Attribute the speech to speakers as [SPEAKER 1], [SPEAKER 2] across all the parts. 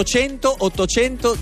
[SPEAKER 1] 800 800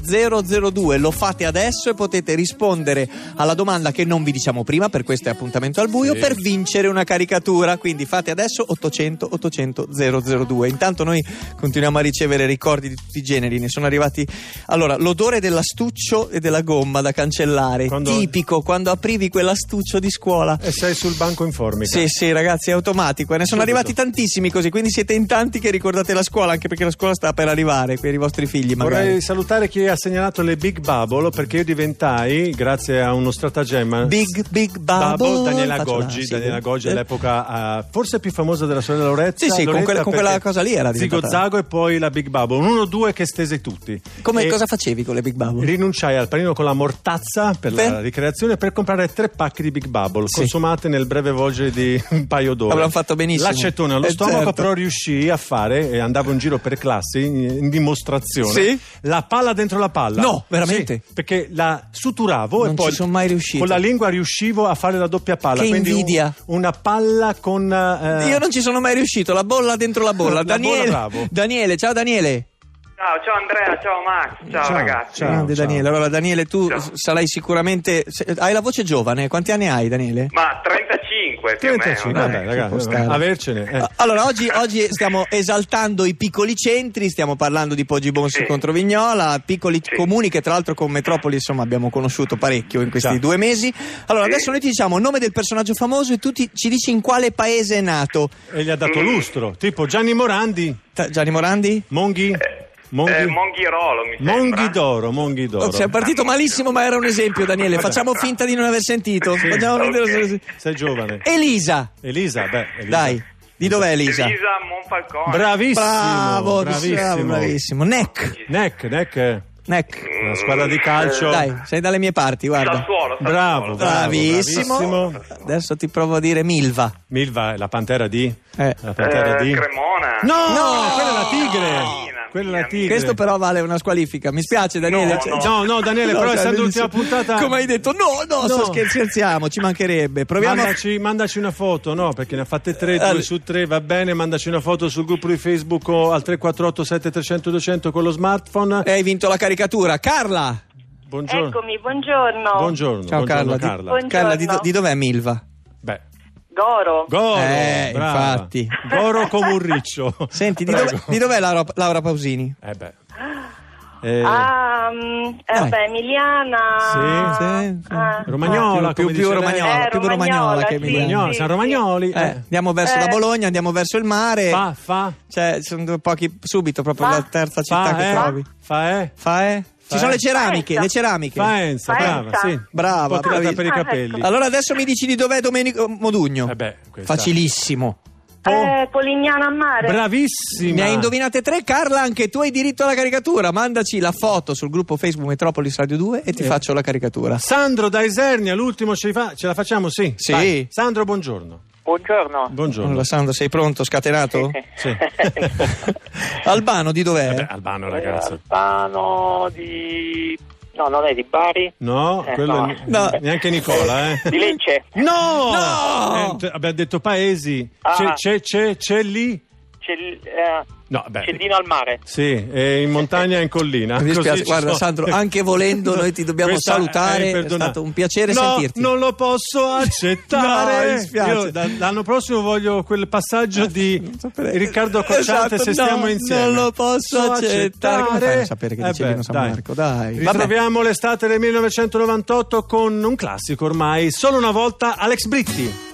[SPEAKER 1] 002. Lo fate adesso e potete rispondere alla domanda che non vi diciamo prima, per questo è appuntamento al buio,
[SPEAKER 2] Sì.
[SPEAKER 1] per vincere una caricatura. Quindi fate adesso 800 800 002. Intanto noi continuiamo a ricevere ricordi di tutti i generi. Ne sono arrivati. Allora, l'odore dell'astuccio e della gomma da cancellare.
[SPEAKER 3] Quando-
[SPEAKER 1] Tipico quando aprivi quell'astuccio di scuola.
[SPEAKER 3] E sei sul banco informica.
[SPEAKER 1] Sì, sì, ragazzi, è automatico. Ne sono
[SPEAKER 3] Subito.
[SPEAKER 1] arrivati tantissimi così, quindi siete in tanti che ricordate la scuola, anche perché la scuola sta per arrivare, per i vostri figli magari.
[SPEAKER 3] Vorrei salutare chi ha segnalato le Big Bubble perché io diventai, grazie a uno stratagemma,
[SPEAKER 1] Big, big bubble.
[SPEAKER 3] Daniela
[SPEAKER 1] Faccio la-
[SPEAKER 3] Goggi,
[SPEAKER 1] sì,
[SPEAKER 3] Daniela
[SPEAKER 1] eh.
[SPEAKER 3] Goggi all'epoca eh, forse più famosa della sorella Loretta.
[SPEAKER 1] Sì, sì, con
[SPEAKER 3] Loretta
[SPEAKER 1] quella- con quella
[SPEAKER 3] perché
[SPEAKER 1] cosa lì era
[SPEAKER 3] Zigo
[SPEAKER 1] diventata-
[SPEAKER 3] Zago e poi la Big Bubble, un 1-2 che stese tutti.
[SPEAKER 1] Eh, Come
[SPEAKER 3] E
[SPEAKER 1] cosa facevi con le big bubble?
[SPEAKER 3] Rinunciai al panino con la mortazza per la
[SPEAKER 1] Per?
[SPEAKER 3] ricreazione per comprare tre pacchi di Big Bubble
[SPEAKER 1] Sì.
[SPEAKER 3] consumate nel breve volgere di un paio d'ore.
[SPEAKER 1] Avranno fatto benissimo.
[SPEAKER 3] L'acetone allo
[SPEAKER 1] Eh,
[SPEAKER 3] stomaco,
[SPEAKER 1] certo.
[SPEAKER 3] però riuscii a fare, e andavo in giro per classi in, in dimostrazione,
[SPEAKER 1] Sì?
[SPEAKER 3] la palla dentro la palla.
[SPEAKER 1] No, veramente?
[SPEAKER 3] Sì, perché la suturavo e
[SPEAKER 1] Non
[SPEAKER 3] poi
[SPEAKER 1] ci sono mai riuscito.
[SPEAKER 3] con la lingua riuscivo a fare la doppia palla.
[SPEAKER 1] Che
[SPEAKER 3] quindi un-
[SPEAKER 1] invidia.
[SPEAKER 3] una palla con... eh,
[SPEAKER 1] Io non ci sono mai riuscito, la bolla dentro la bolla.
[SPEAKER 3] La
[SPEAKER 1] Daniele,
[SPEAKER 3] bolla, bravo.
[SPEAKER 1] Daniele, ciao Daniele.
[SPEAKER 4] Ciao, ciao Andrea, ciao Max, ciao,
[SPEAKER 3] Ciao,
[SPEAKER 4] ragazzi.
[SPEAKER 3] ciao.
[SPEAKER 1] Grande Daniele. Allora Daniele, tu
[SPEAKER 4] Ciao.
[SPEAKER 1] s- sarai sicuramente se- hai la voce giovane, quanti anni hai Daniele?
[SPEAKER 4] Ma 35 più
[SPEAKER 3] 35,
[SPEAKER 4] o meno.
[SPEAKER 3] vabbè,
[SPEAKER 4] dai.
[SPEAKER 1] ci può
[SPEAKER 3] ragazzi,
[SPEAKER 1] stare.
[SPEAKER 3] avercene. eh.
[SPEAKER 1] A- Allora, oggi, oggi stiamo esaltando i piccoli centri, stiamo parlando di Poggi Bonsi
[SPEAKER 4] Sì.
[SPEAKER 1] contro Vignola, piccoli
[SPEAKER 4] Sì.
[SPEAKER 1] comuni che tra l'altro con Metropoli insomma abbiamo conosciuto parecchio in questi
[SPEAKER 3] Già.
[SPEAKER 1] due mesi. Allora,
[SPEAKER 4] Sì.
[SPEAKER 1] adesso noi ti diciamo il nome del personaggio famoso e tu ti- ci dici in quale paese è nato.
[SPEAKER 3] E gli ha dato lustro, tipo Gianni Morandi,
[SPEAKER 1] Ta- Gianni Morandi?
[SPEAKER 3] Monghi,
[SPEAKER 4] Eh,
[SPEAKER 3] Monghi,
[SPEAKER 4] eh, Monghirolo, mi sembra.
[SPEAKER 3] Monghi d'oro, Monghi d'oro.
[SPEAKER 1] Oh, sei partito malissimo, ma era un esempio, Daniele. Facciamo finta di non aver sentito.
[SPEAKER 3] Sì.
[SPEAKER 1] Facciamo finta di non aver
[SPEAKER 4] Ok.
[SPEAKER 1] sentito.
[SPEAKER 3] Sei giovane.
[SPEAKER 1] Elisa,
[SPEAKER 3] Elisa, beh, Elisa.
[SPEAKER 1] Eh, dai, di dov'è Elisa?
[SPEAKER 4] Elisa Monfalcone.
[SPEAKER 3] Bravissimo,
[SPEAKER 1] Bravo,
[SPEAKER 3] bravissimo.
[SPEAKER 1] bravissimo, bravissimo. Neck,
[SPEAKER 3] Neck, neck, eh,
[SPEAKER 1] neck.
[SPEAKER 3] una squadra di calcio.
[SPEAKER 1] Dai, sei dalle mie parti, guarda.
[SPEAKER 4] Sassuolo, Sassuolo.
[SPEAKER 3] Bravo, bravo.
[SPEAKER 1] Bravissimo.
[SPEAKER 3] bravissimo.
[SPEAKER 1] Adesso ti provo a dire Milva.
[SPEAKER 3] Milva è la pantera di?
[SPEAKER 1] Eh.
[SPEAKER 3] La pantera
[SPEAKER 4] Eh,
[SPEAKER 3] di?
[SPEAKER 4] Cremona.
[SPEAKER 3] No,
[SPEAKER 1] No!
[SPEAKER 3] quella è la tigre.
[SPEAKER 4] Mina,
[SPEAKER 3] quella è
[SPEAKER 4] Mina,
[SPEAKER 3] la tigre.
[SPEAKER 1] Questo però vale una squalifica. Mi spiace, Daniele.
[SPEAKER 4] No,
[SPEAKER 1] Cioè,
[SPEAKER 4] no.
[SPEAKER 1] cioè-
[SPEAKER 3] Eh. No, no, Daniele, però
[SPEAKER 1] cioè,
[SPEAKER 3] essendo
[SPEAKER 1] benissimo.
[SPEAKER 3] l'ultima puntata
[SPEAKER 1] Come hai detto, no, no, sto
[SPEAKER 3] No.
[SPEAKER 1] scher- scherziamo, ci mancherebbe. Proviamo a
[SPEAKER 3] Mandaci, mandaci una foto, no? Perché ne ha fatte tre,
[SPEAKER 1] Allora-
[SPEAKER 3] due su tre, va bene. Mandaci una foto sul gruppo di Facebook o al 348 7300 200 con lo smartphone.
[SPEAKER 1] e Eh, hai vinto la caricatura. Carla!
[SPEAKER 3] Buongiorno.
[SPEAKER 5] Eccomi, buongiorno.
[SPEAKER 3] Buongiorno.
[SPEAKER 1] Ciao
[SPEAKER 3] buongiorno,
[SPEAKER 1] Carla. di-
[SPEAKER 3] Carla.
[SPEAKER 5] Buongiorno.
[SPEAKER 1] Carla, di, do- di dov'è Milva?
[SPEAKER 3] Beh,
[SPEAKER 5] Goro.
[SPEAKER 3] Goro,
[SPEAKER 1] Eh,
[SPEAKER 3] brava.
[SPEAKER 1] infatti.
[SPEAKER 3] Goro come un riccio.
[SPEAKER 1] Senti, di,
[SPEAKER 3] Prego.
[SPEAKER 1] dov'è, di dov'è Laura, Laura Pausini?
[SPEAKER 3] Eh beh. Eh,
[SPEAKER 5] Ah, mm, eh,
[SPEAKER 1] Dai.
[SPEAKER 5] vabbè, Emiliana.
[SPEAKER 1] Sì, sì.
[SPEAKER 5] Ah,
[SPEAKER 3] Romagnola,
[SPEAKER 1] più,
[SPEAKER 3] come
[SPEAKER 1] più, più
[SPEAKER 3] dice lei.
[SPEAKER 1] romagnola,
[SPEAKER 5] Eh,
[SPEAKER 1] più romagnola
[SPEAKER 5] romagnola,
[SPEAKER 1] che
[SPEAKER 5] sì,
[SPEAKER 1] Milano.
[SPEAKER 3] Romagnoli,
[SPEAKER 5] sì,
[SPEAKER 3] siamo Romagnoli.
[SPEAKER 1] Eh,
[SPEAKER 3] eh.
[SPEAKER 1] andiamo verso
[SPEAKER 5] Eh.
[SPEAKER 1] la Bologna, andiamo verso il mare.
[SPEAKER 3] Fa, fa,
[SPEAKER 1] Cioè, sono due pochi subito, proprio
[SPEAKER 5] Fa-
[SPEAKER 1] la terza città
[SPEAKER 3] fa,
[SPEAKER 1] che
[SPEAKER 3] eh,
[SPEAKER 1] trovi.
[SPEAKER 3] fa, eh.
[SPEAKER 1] Fa, eh? Ci
[SPEAKER 3] eh.
[SPEAKER 1] sono le ceramiche,
[SPEAKER 5] Faenza.
[SPEAKER 1] le ceramiche.
[SPEAKER 3] Faenza,
[SPEAKER 5] Faenza.
[SPEAKER 3] brava, sì.
[SPEAKER 1] Brava,
[SPEAKER 3] Un po' tirata
[SPEAKER 1] bravi-
[SPEAKER 3] per i
[SPEAKER 5] Ah, ecco.
[SPEAKER 3] capelli.
[SPEAKER 1] Allora adesso mi dici di dov'è Domenico Modugno.
[SPEAKER 3] Eh beh, questa-
[SPEAKER 1] Facilissimo.
[SPEAKER 5] Eh, Polignano a mare.
[SPEAKER 3] Bravissima.
[SPEAKER 1] Ne hai indovinate tre, Carla, anche tu hai diritto alla caricatura. Mandaci la foto sul gruppo Facebook Metropolis Radio 2 e ti
[SPEAKER 3] Eh.
[SPEAKER 1] faccio la caricatura.
[SPEAKER 3] Sandro da Isernia, l'ultimo ce, li fa- ce la facciamo, sì.
[SPEAKER 1] Sì.
[SPEAKER 3] Vai. Sandro, buongiorno.
[SPEAKER 6] Buongiorno.
[SPEAKER 3] Buongiorno.
[SPEAKER 1] Allora, Sandro, sei pronto? Scatenato?
[SPEAKER 3] Sì.
[SPEAKER 1] Albano, di dov'è?
[SPEAKER 3] Vabbè, Albano, ragazzo.
[SPEAKER 6] Eh, Albano di... No, non è di Bari.
[SPEAKER 3] No,
[SPEAKER 6] Eh,
[SPEAKER 3] quello
[SPEAKER 6] no.
[SPEAKER 3] ne-
[SPEAKER 1] No.
[SPEAKER 3] neanche Nicola, eh.
[SPEAKER 6] Di Lecce.
[SPEAKER 3] No!
[SPEAKER 1] No!
[SPEAKER 3] Eh, t- abbiamo detto paesi. C'è,
[SPEAKER 6] Ah.
[SPEAKER 3] c'è, c'è, c'è lì.
[SPEAKER 6] C'è, eh,
[SPEAKER 3] No, beh.
[SPEAKER 6] Cellino al mare.
[SPEAKER 3] Sì, è in montagna e in collina.
[SPEAKER 1] Mi
[SPEAKER 3] Così
[SPEAKER 1] dispiace,
[SPEAKER 3] ci
[SPEAKER 1] guarda,
[SPEAKER 3] sono.
[SPEAKER 1] Sandro, anche volendo noi ti dobbiamo
[SPEAKER 3] Questa-
[SPEAKER 1] salutare,
[SPEAKER 3] eh,
[SPEAKER 1] è
[SPEAKER 3] perdona.
[SPEAKER 1] stato un piacere
[SPEAKER 3] No,
[SPEAKER 1] sentirti.
[SPEAKER 3] Non lo posso accettare.
[SPEAKER 1] No, mi dispiace. Eh,
[SPEAKER 3] Io da- l'anno prossimo voglio quel passaggio di
[SPEAKER 1] saprei.
[SPEAKER 3] Riccardo Cocciante
[SPEAKER 1] Esatto,
[SPEAKER 3] se
[SPEAKER 1] no,
[SPEAKER 3] stiamo insieme. Eh
[SPEAKER 1] non lo posso accettare. Come fai a non sapere che dicevi
[SPEAKER 3] beh,
[SPEAKER 1] non San
[SPEAKER 3] dai.
[SPEAKER 1] Marco? Dai.
[SPEAKER 3] Ritroviamo l'estate del 1998 con un classico ormai, solo una volta Alex Britti.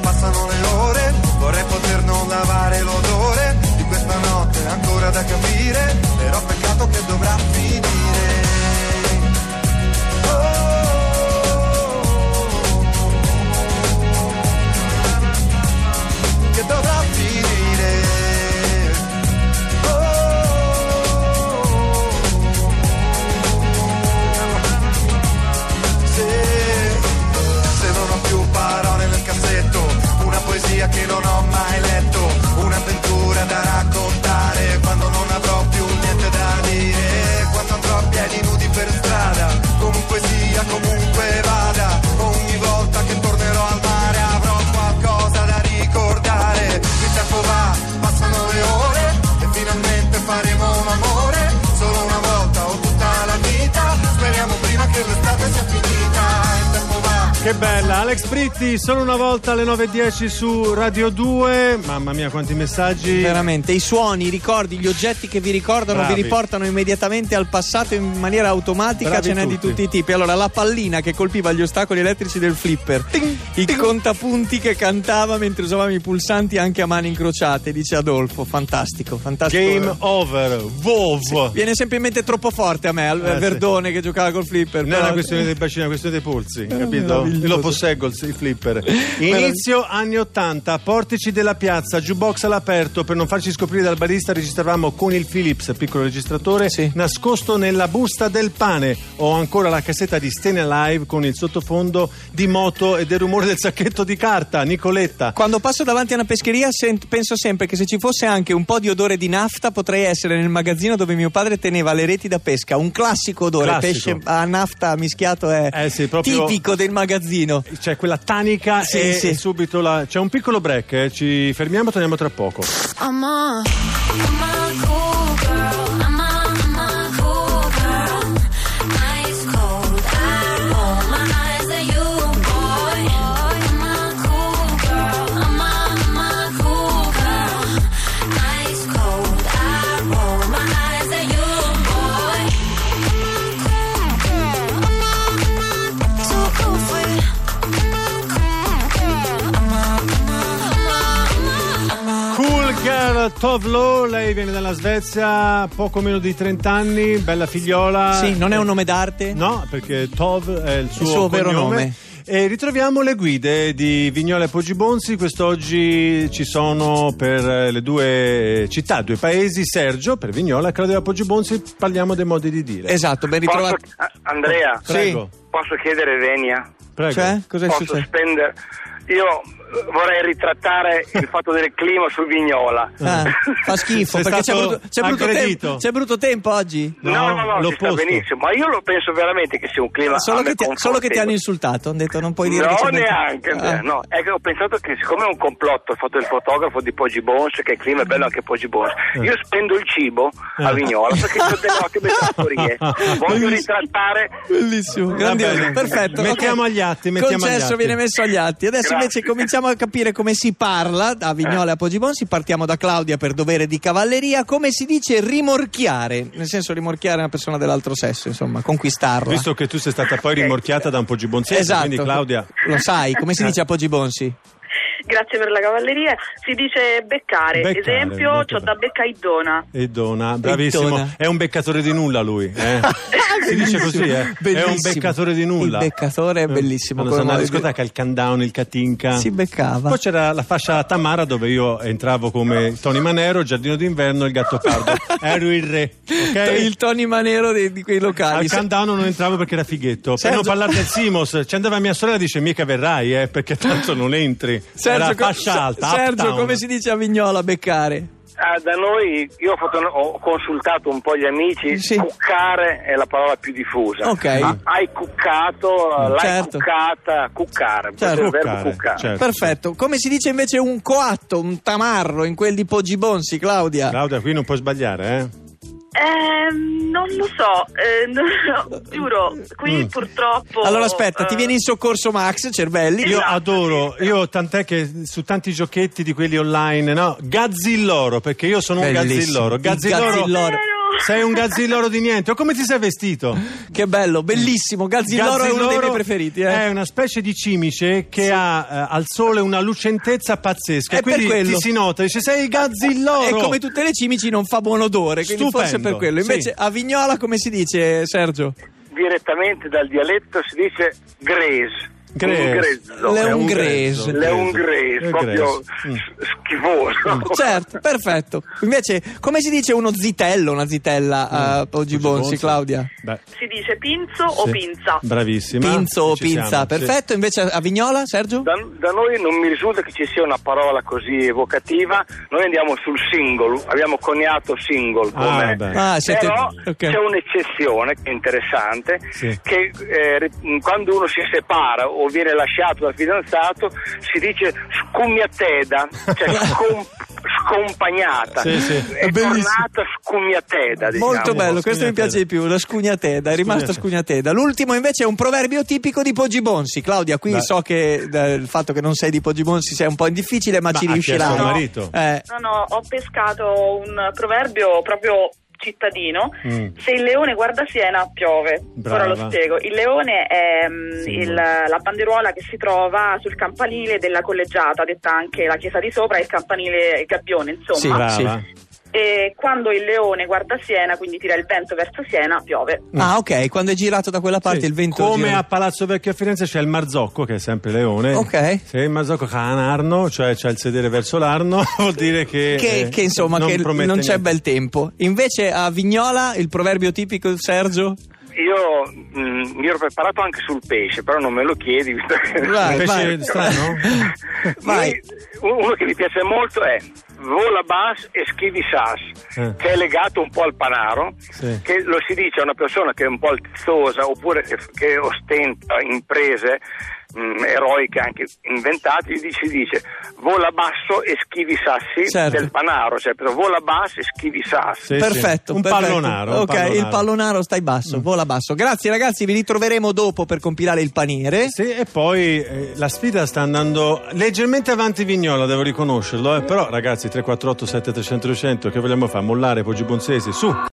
[SPEAKER 7] passano le ore. Vorrei poter non lavare l'odore di questa notte ancora da capire. Però peccato che dovrà finire. Oh, che dovrà finire. Oh, se, se non ho più parole nel cassetto, una poesia che non ho mai letto, un'avventura da raccontare quando non avrò più niente da dire, quando andrò a piedi nudi per strada, comunque sia, comunque vada, ogni volta che tornerò al mare avrò qualcosa da ricordare, il tempo va, passano le ore e finalmente faremo un amore, solo una volta o tutta la vita, speriamo prima che l'estate sia finita, il tempo va.
[SPEAKER 3] Che bella, Alex Britti, solo una volta alle 9.10 su Radio 2. Mamma mia, quanti messaggi.
[SPEAKER 1] Veramente, i suoni, i ricordi, gli oggetti che vi ricordano
[SPEAKER 3] Bravi.
[SPEAKER 1] vi riportano immediatamente al passato in maniera automatica,
[SPEAKER 3] Bravi
[SPEAKER 1] ce n'è di
[SPEAKER 3] tutti.
[SPEAKER 1] tutti i tipi. Allora, la pallina che colpiva gli ostacoli elettrici del flipper, i contapunti che cantava mentre usavamo i pulsanti anche a mani incrociate, dice Adolfo, fantastico, fantastico.
[SPEAKER 3] Game over, Vov.
[SPEAKER 1] Viene sempre in mente troppo forte a me, al
[SPEAKER 3] Eh, sì.
[SPEAKER 1] Verdone che giocava col flipper.
[SPEAKER 3] Non è
[SPEAKER 1] però-
[SPEAKER 3] una questione dei bacini, è una questione dei polsi, capito?
[SPEAKER 1] meraviglioso.
[SPEAKER 3] Io lo posseggo il il flipper. Inizio anni 80, portici della piazza, jukebox all'aperto. Per non farci scoprire dal barista, registravamo con il Philips, piccolo registratore,
[SPEAKER 1] Sì.
[SPEAKER 3] nascosto nella busta del pane. Ho ancora la cassetta di Stene Alive con il sottofondo di moto e del rumore del sacchetto di carta, Nicoletta.
[SPEAKER 1] Quando passo davanti a una pescheria sent- penso sempre che se ci fosse anche un po' di odore di nafta potrei essere nel magazzino dove mio padre teneva le reti da pesca, un classico odore,
[SPEAKER 3] Classico.
[SPEAKER 1] pesce a nafta mischiato è
[SPEAKER 3] Eh sì, proprio-
[SPEAKER 1] tipico del magazzino.
[SPEAKER 3] C'è quella tanica
[SPEAKER 1] Sì,
[SPEAKER 3] e,
[SPEAKER 1] sì.
[SPEAKER 3] e subito la... C'è un piccolo break, eh. ci fermiamo, torniamo tra poco.
[SPEAKER 2] I'm a, I'm a cool girl. I'm a, I'm a cool girl. Nice cold. I roll my eyes at you, boy. I'm a cool girl. I'm a, I'm a cool girl. Nice cold. I roll my eyes at you, boy. I'm a cool girl. I'm a, I'm a too cool for you. I'm a, I'm a, I'm a.
[SPEAKER 3] Cool girl Tovlo, lei viene dalla Svezia, poco meno di 30 anni, bella figliola.
[SPEAKER 1] Sì, non è un nome d'arte?
[SPEAKER 3] No, perché Tov è il suo,
[SPEAKER 1] suo vero
[SPEAKER 3] cognome.
[SPEAKER 1] nome.
[SPEAKER 3] E ritroviamo le guide di Vignola e Poggibonsi. Quest'oggi ci sono per eh, le due città, due paesi, Sergio per Vignola e Claudio Poggibonsi. Parliamo dei modi di dire.
[SPEAKER 1] Esatto, ben
[SPEAKER 4] Posso,
[SPEAKER 1] ritrovato.
[SPEAKER 4] Ah, Andrea,
[SPEAKER 1] Sì.
[SPEAKER 3] Prego,
[SPEAKER 4] posso chiedere venia?
[SPEAKER 3] prego.
[SPEAKER 1] Cioè, cos'è
[SPEAKER 4] posso
[SPEAKER 1] successo?
[SPEAKER 4] spendere? Io eh, vorrei ritrattare il fatto del clima su Vignola.
[SPEAKER 1] Ah, fa schifo
[SPEAKER 3] Sei
[SPEAKER 1] perché c'è
[SPEAKER 3] stato
[SPEAKER 1] brutto, c'è, brutto
[SPEAKER 3] aggredito.
[SPEAKER 1] tempo, c'è brutto tempo oggi.
[SPEAKER 4] No, no, no, si sta
[SPEAKER 3] l'opposto.
[SPEAKER 4] benissimo, ma io lo penso veramente che sia un clima
[SPEAKER 1] Solo
[SPEAKER 4] Ah, a me
[SPEAKER 1] che, ti, solo che ti hanno
[SPEAKER 4] confortevole.
[SPEAKER 1] insultato, hanno detto non puoi dire
[SPEAKER 4] no,
[SPEAKER 1] che c'è brutto-
[SPEAKER 4] neanche, Andrea,
[SPEAKER 1] Ah.
[SPEAKER 4] no. È che ho pensato che siccome è un complotto il fatto del fotografo di Poggi Bons, che il clima è bello anche Poggi Bons,
[SPEAKER 1] Eh.
[SPEAKER 4] io spendo il cibo a Vignola perché ho delle ottime trattorie. Voglio
[SPEAKER 1] Bellissimo.
[SPEAKER 4] ritrattare
[SPEAKER 1] Bellissimo, grandioso,
[SPEAKER 3] bene.
[SPEAKER 1] perfetto.
[SPEAKER 3] Mettiamo
[SPEAKER 1] ok.
[SPEAKER 3] agli atti, mettiamo
[SPEAKER 1] Concesso
[SPEAKER 3] agli atti.
[SPEAKER 1] viene messo agli atti. Adesso
[SPEAKER 4] Grazie.
[SPEAKER 1] invece cominciamo a capire come si parla da Vignola a Pogibonsi. Partiamo da Claudia per dovere di cavalleria. Come si dice rimorchiare? Nel senso rimorchiare una persona dell'altro sesso, insomma, conquistarla.
[SPEAKER 3] Visto che tu sei stata poi rimorchiata da un Poggibonsi,
[SPEAKER 1] esatto.
[SPEAKER 3] quindi Claudia. Eh.
[SPEAKER 1] Lo sai, come si dice a Pogibonsi?
[SPEAKER 8] Grazie per la cavalleria. Si dice beccare.
[SPEAKER 3] Beccare,
[SPEAKER 8] Esempio,
[SPEAKER 3] beccare.
[SPEAKER 8] c'ho da beccare Idona.
[SPEAKER 3] E Dona, bravissimo.
[SPEAKER 1] Dona.
[SPEAKER 3] È un beccatore di nulla lui. eh. si dice così, eh. È un
[SPEAKER 1] Bellissimo.
[SPEAKER 3] beccatore di nulla. Eh,
[SPEAKER 1] Il beccatore è bellissimo,
[SPEAKER 3] Quando
[SPEAKER 1] come
[SPEAKER 3] sono alla
[SPEAKER 1] modo di-
[SPEAKER 3] discoteca, il countdown, il catinca.
[SPEAKER 1] Si beccava.
[SPEAKER 3] Eh. Poi c'era la fascia Tamara dove io entravo come Tony Manero, Giardino d'inverno, il gatto pardo. Ero il re. ok?
[SPEAKER 1] Il Tony Manero di, di quei
[SPEAKER 3] Al
[SPEAKER 1] locali. Se-
[SPEAKER 3] countdown non entravo perché era fighetto. Per
[SPEAKER 1] Sergio-
[SPEAKER 3] non parlare del Simos, ci andava mia sorella e dice: Mica verrai, eh, perché tanto non entri. era
[SPEAKER 1] co-
[SPEAKER 3] fascia alta.
[SPEAKER 1] Sergio,
[SPEAKER 3] uptown.
[SPEAKER 1] come si dice a Vignola beccare?
[SPEAKER 4] Ah, da noi io ho, fatto- ho consultato un po' gli amici,
[SPEAKER 1] Sì.
[SPEAKER 4] cuccare è la parola più diffusa.
[SPEAKER 1] Ok.
[SPEAKER 4] Ah, hai cuccato, l'hai
[SPEAKER 1] Certo.
[SPEAKER 4] cuccata, cuccare,
[SPEAKER 1] Certo.
[SPEAKER 4] questo è il verbo
[SPEAKER 3] Cuccare,
[SPEAKER 4] cuccare.
[SPEAKER 3] certo.
[SPEAKER 1] Perfetto. Come si dice invece un coatto, un tamarro in quel di Poggi Bonsi, Claudia?
[SPEAKER 3] Claudia, qui non puoi sbagliare, eh?
[SPEAKER 8] Eh, non lo so, eh, no, giuro, qui
[SPEAKER 3] Mm.
[SPEAKER 8] purtroppo...
[SPEAKER 1] Allora aspetta, ti
[SPEAKER 8] eh,
[SPEAKER 1] viene in soccorso Max, cervelli.
[SPEAKER 3] Io
[SPEAKER 8] Esatto,
[SPEAKER 3] adoro, io tant'è che su tanti giochetti di quelli online, no? Gazzilloro, perché io sono un
[SPEAKER 1] Bellissimo.
[SPEAKER 3] gazzilloro.
[SPEAKER 1] Il gazzilloro.
[SPEAKER 3] Sei un gazzilloro di niente. O come ti sei vestito?
[SPEAKER 1] Che bello, bellissimo. Gazzilloro, è uno dei miei preferiti. Eh.
[SPEAKER 3] È una specie di cimice che ha eh, al sole una lucentezza pazzesca.
[SPEAKER 1] È
[SPEAKER 3] e quindi
[SPEAKER 1] per quello.
[SPEAKER 3] ti si nota, dice sei gazzilloro.
[SPEAKER 1] E come tutte le cimici non fa buon odore, quindi forse
[SPEAKER 3] Stupendo,
[SPEAKER 1] per quello. Invece
[SPEAKER 3] sì.
[SPEAKER 1] a Vignola come si dice, Sergio?
[SPEAKER 4] Direttamente dal dialetto si dice grese.
[SPEAKER 3] Grese.
[SPEAKER 4] grezzo.
[SPEAKER 1] Le
[SPEAKER 4] È un-
[SPEAKER 1] ungrese.
[SPEAKER 4] Le ungrese,
[SPEAKER 3] Le Mm. Cioè
[SPEAKER 4] proprio
[SPEAKER 3] grese. Mm.
[SPEAKER 4] s- schifoso.
[SPEAKER 1] Certo, perfetto. Invece come si dice uno zitello, una
[SPEAKER 3] Mm.
[SPEAKER 1] zitella a Poggi
[SPEAKER 3] Oggi
[SPEAKER 1] Bonsi, Claudia?
[SPEAKER 3] Beh,
[SPEAKER 8] Si dice pinzo o
[SPEAKER 3] sì.
[SPEAKER 8] pinza?
[SPEAKER 3] Bravissima.
[SPEAKER 1] Pinzo o
[SPEAKER 3] Ci
[SPEAKER 1] pinza,
[SPEAKER 3] siamo, sì.
[SPEAKER 1] perfetto. Invece a Vignola, Sergio?
[SPEAKER 4] Da, da noi non mi risulta che ci sia una parola così evocativa, noi andiamo sul single, abbiamo coniato single
[SPEAKER 3] Ah,
[SPEAKER 4] come...
[SPEAKER 3] beh.
[SPEAKER 1] Ah, siete-
[SPEAKER 4] Però
[SPEAKER 1] ok.
[SPEAKER 4] c'è un'eccezione che è interessante,
[SPEAKER 3] Sì.
[SPEAKER 4] che eh, ri- quando uno si separa o viene lasciato dal fidanzato si dice scumiateda, cioè scom- scompagnata,
[SPEAKER 3] Sì, sì.
[SPEAKER 4] è,
[SPEAKER 1] È bellissimo.
[SPEAKER 4] tornata scumiateda. Diciamo.
[SPEAKER 1] Molto bello,
[SPEAKER 3] la
[SPEAKER 1] questo mi
[SPEAKER 3] scugnateda.
[SPEAKER 1] piace di più, la scugnateda, è rimasta scugnateda. L'ultimo invece è un proverbio tipico di Poggi Bonsi. Claudia, qui
[SPEAKER 3] Beh.
[SPEAKER 1] so che eh, il fatto che non sei di Poggi Bonsi sia un po' difficile, ma,
[SPEAKER 3] Ma
[SPEAKER 1] ci
[SPEAKER 3] ha
[SPEAKER 1] riuscirà.
[SPEAKER 3] chiesto
[SPEAKER 8] al
[SPEAKER 3] marito.
[SPEAKER 1] Eh,
[SPEAKER 8] No, no, ho pescato un proverbio proprio cittadino.
[SPEAKER 3] Mm.
[SPEAKER 8] Se il leone guarda Siena, piove.
[SPEAKER 3] Brava.
[SPEAKER 8] Ora lo spiego. Il leone è mm,
[SPEAKER 3] Sì,
[SPEAKER 8] il-
[SPEAKER 3] ma-
[SPEAKER 8] la banderuola che si trova sul campanile della collegiata, detta anche la chiesa di sopra, e il campanile, il gabbione, insomma.
[SPEAKER 1] Sì.
[SPEAKER 3] Brava.
[SPEAKER 8] E quando il leone guarda Siena, quindi tira il vento verso Siena, piove.
[SPEAKER 1] Ah, ok, quando è girato da quella parte
[SPEAKER 3] Mm. Sì,
[SPEAKER 1] il vento.
[SPEAKER 3] come
[SPEAKER 1] gira-
[SPEAKER 3] a Palazzo Vecchio a Firenze c'è il Marzocco che è sempre leone
[SPEAKER 1] Ok.
[SPEAKER 3] se il Marzocco ha un arno cioè c'ha il sedere verso l'arno vuol dire che
[SPEAKER 1] che,
[SPEAKER 3] eh,
[SPEAKER 1] che, insomma, che non,
[SPEAKER 3] promette
[SPEAKER 1] c'è
[SPEAKER 3] niente.
[SPEAKER 1] bel tempo. Invece a Vignola il proverbio tipico, Sergio?
[SPEAKER 4] Io mh, mi ero preparato anche sul pesce, però non me lo chiedi. visto che-
[SPEAKER 1] Vai,
[SPEAKER 3] Un pesce
[SPEAKER 1] vai.
[SPEAKER 3] strano?
[SPEAKER 1] vai.
[SPEAKER 4] Noi- uno che mi piace molto è vola bas e schivi sas,
[SPEAKER 3] Eh.
[SPEAKER 4] che è legato un po' al panaro,
[SPEAKER 3] Sì.
[SPEAKER 4] che lo si dice a una persona che è un po' altezzosa oppure che, che ostenta imprese mh, eroiche anche inventate, gli si dice vola basso e schivi sassi
[SPEAKER 1] Certo.
[SPEAKER 4] del panaro, cioè però vola basso e schivi sassi.
[SPEAKER 3] Sì, sì.
[SPEAKER 1] perfetto,
[SPEAKER 3] un
[SPEAKER 1] perfetto.
[SPEAKER 3] pallonaro un
[SPEAKER 1] Ok, il
[SPEAKER 3] pallonaro. Mm.
[SPEAKER 1] pallonaro stai basso, vola basso. Grazie ragazzi, vi ritroveremo dopo per compilare il paniere.
[SPEAKER 3] Sì, e poi eh, la sfida sta andando leggermente avanti Vignola, devo riconoscerlo, eh, però ragazzi 348 7300 200 che vogliamo fare? Mollare Poggi Bonzesi, su!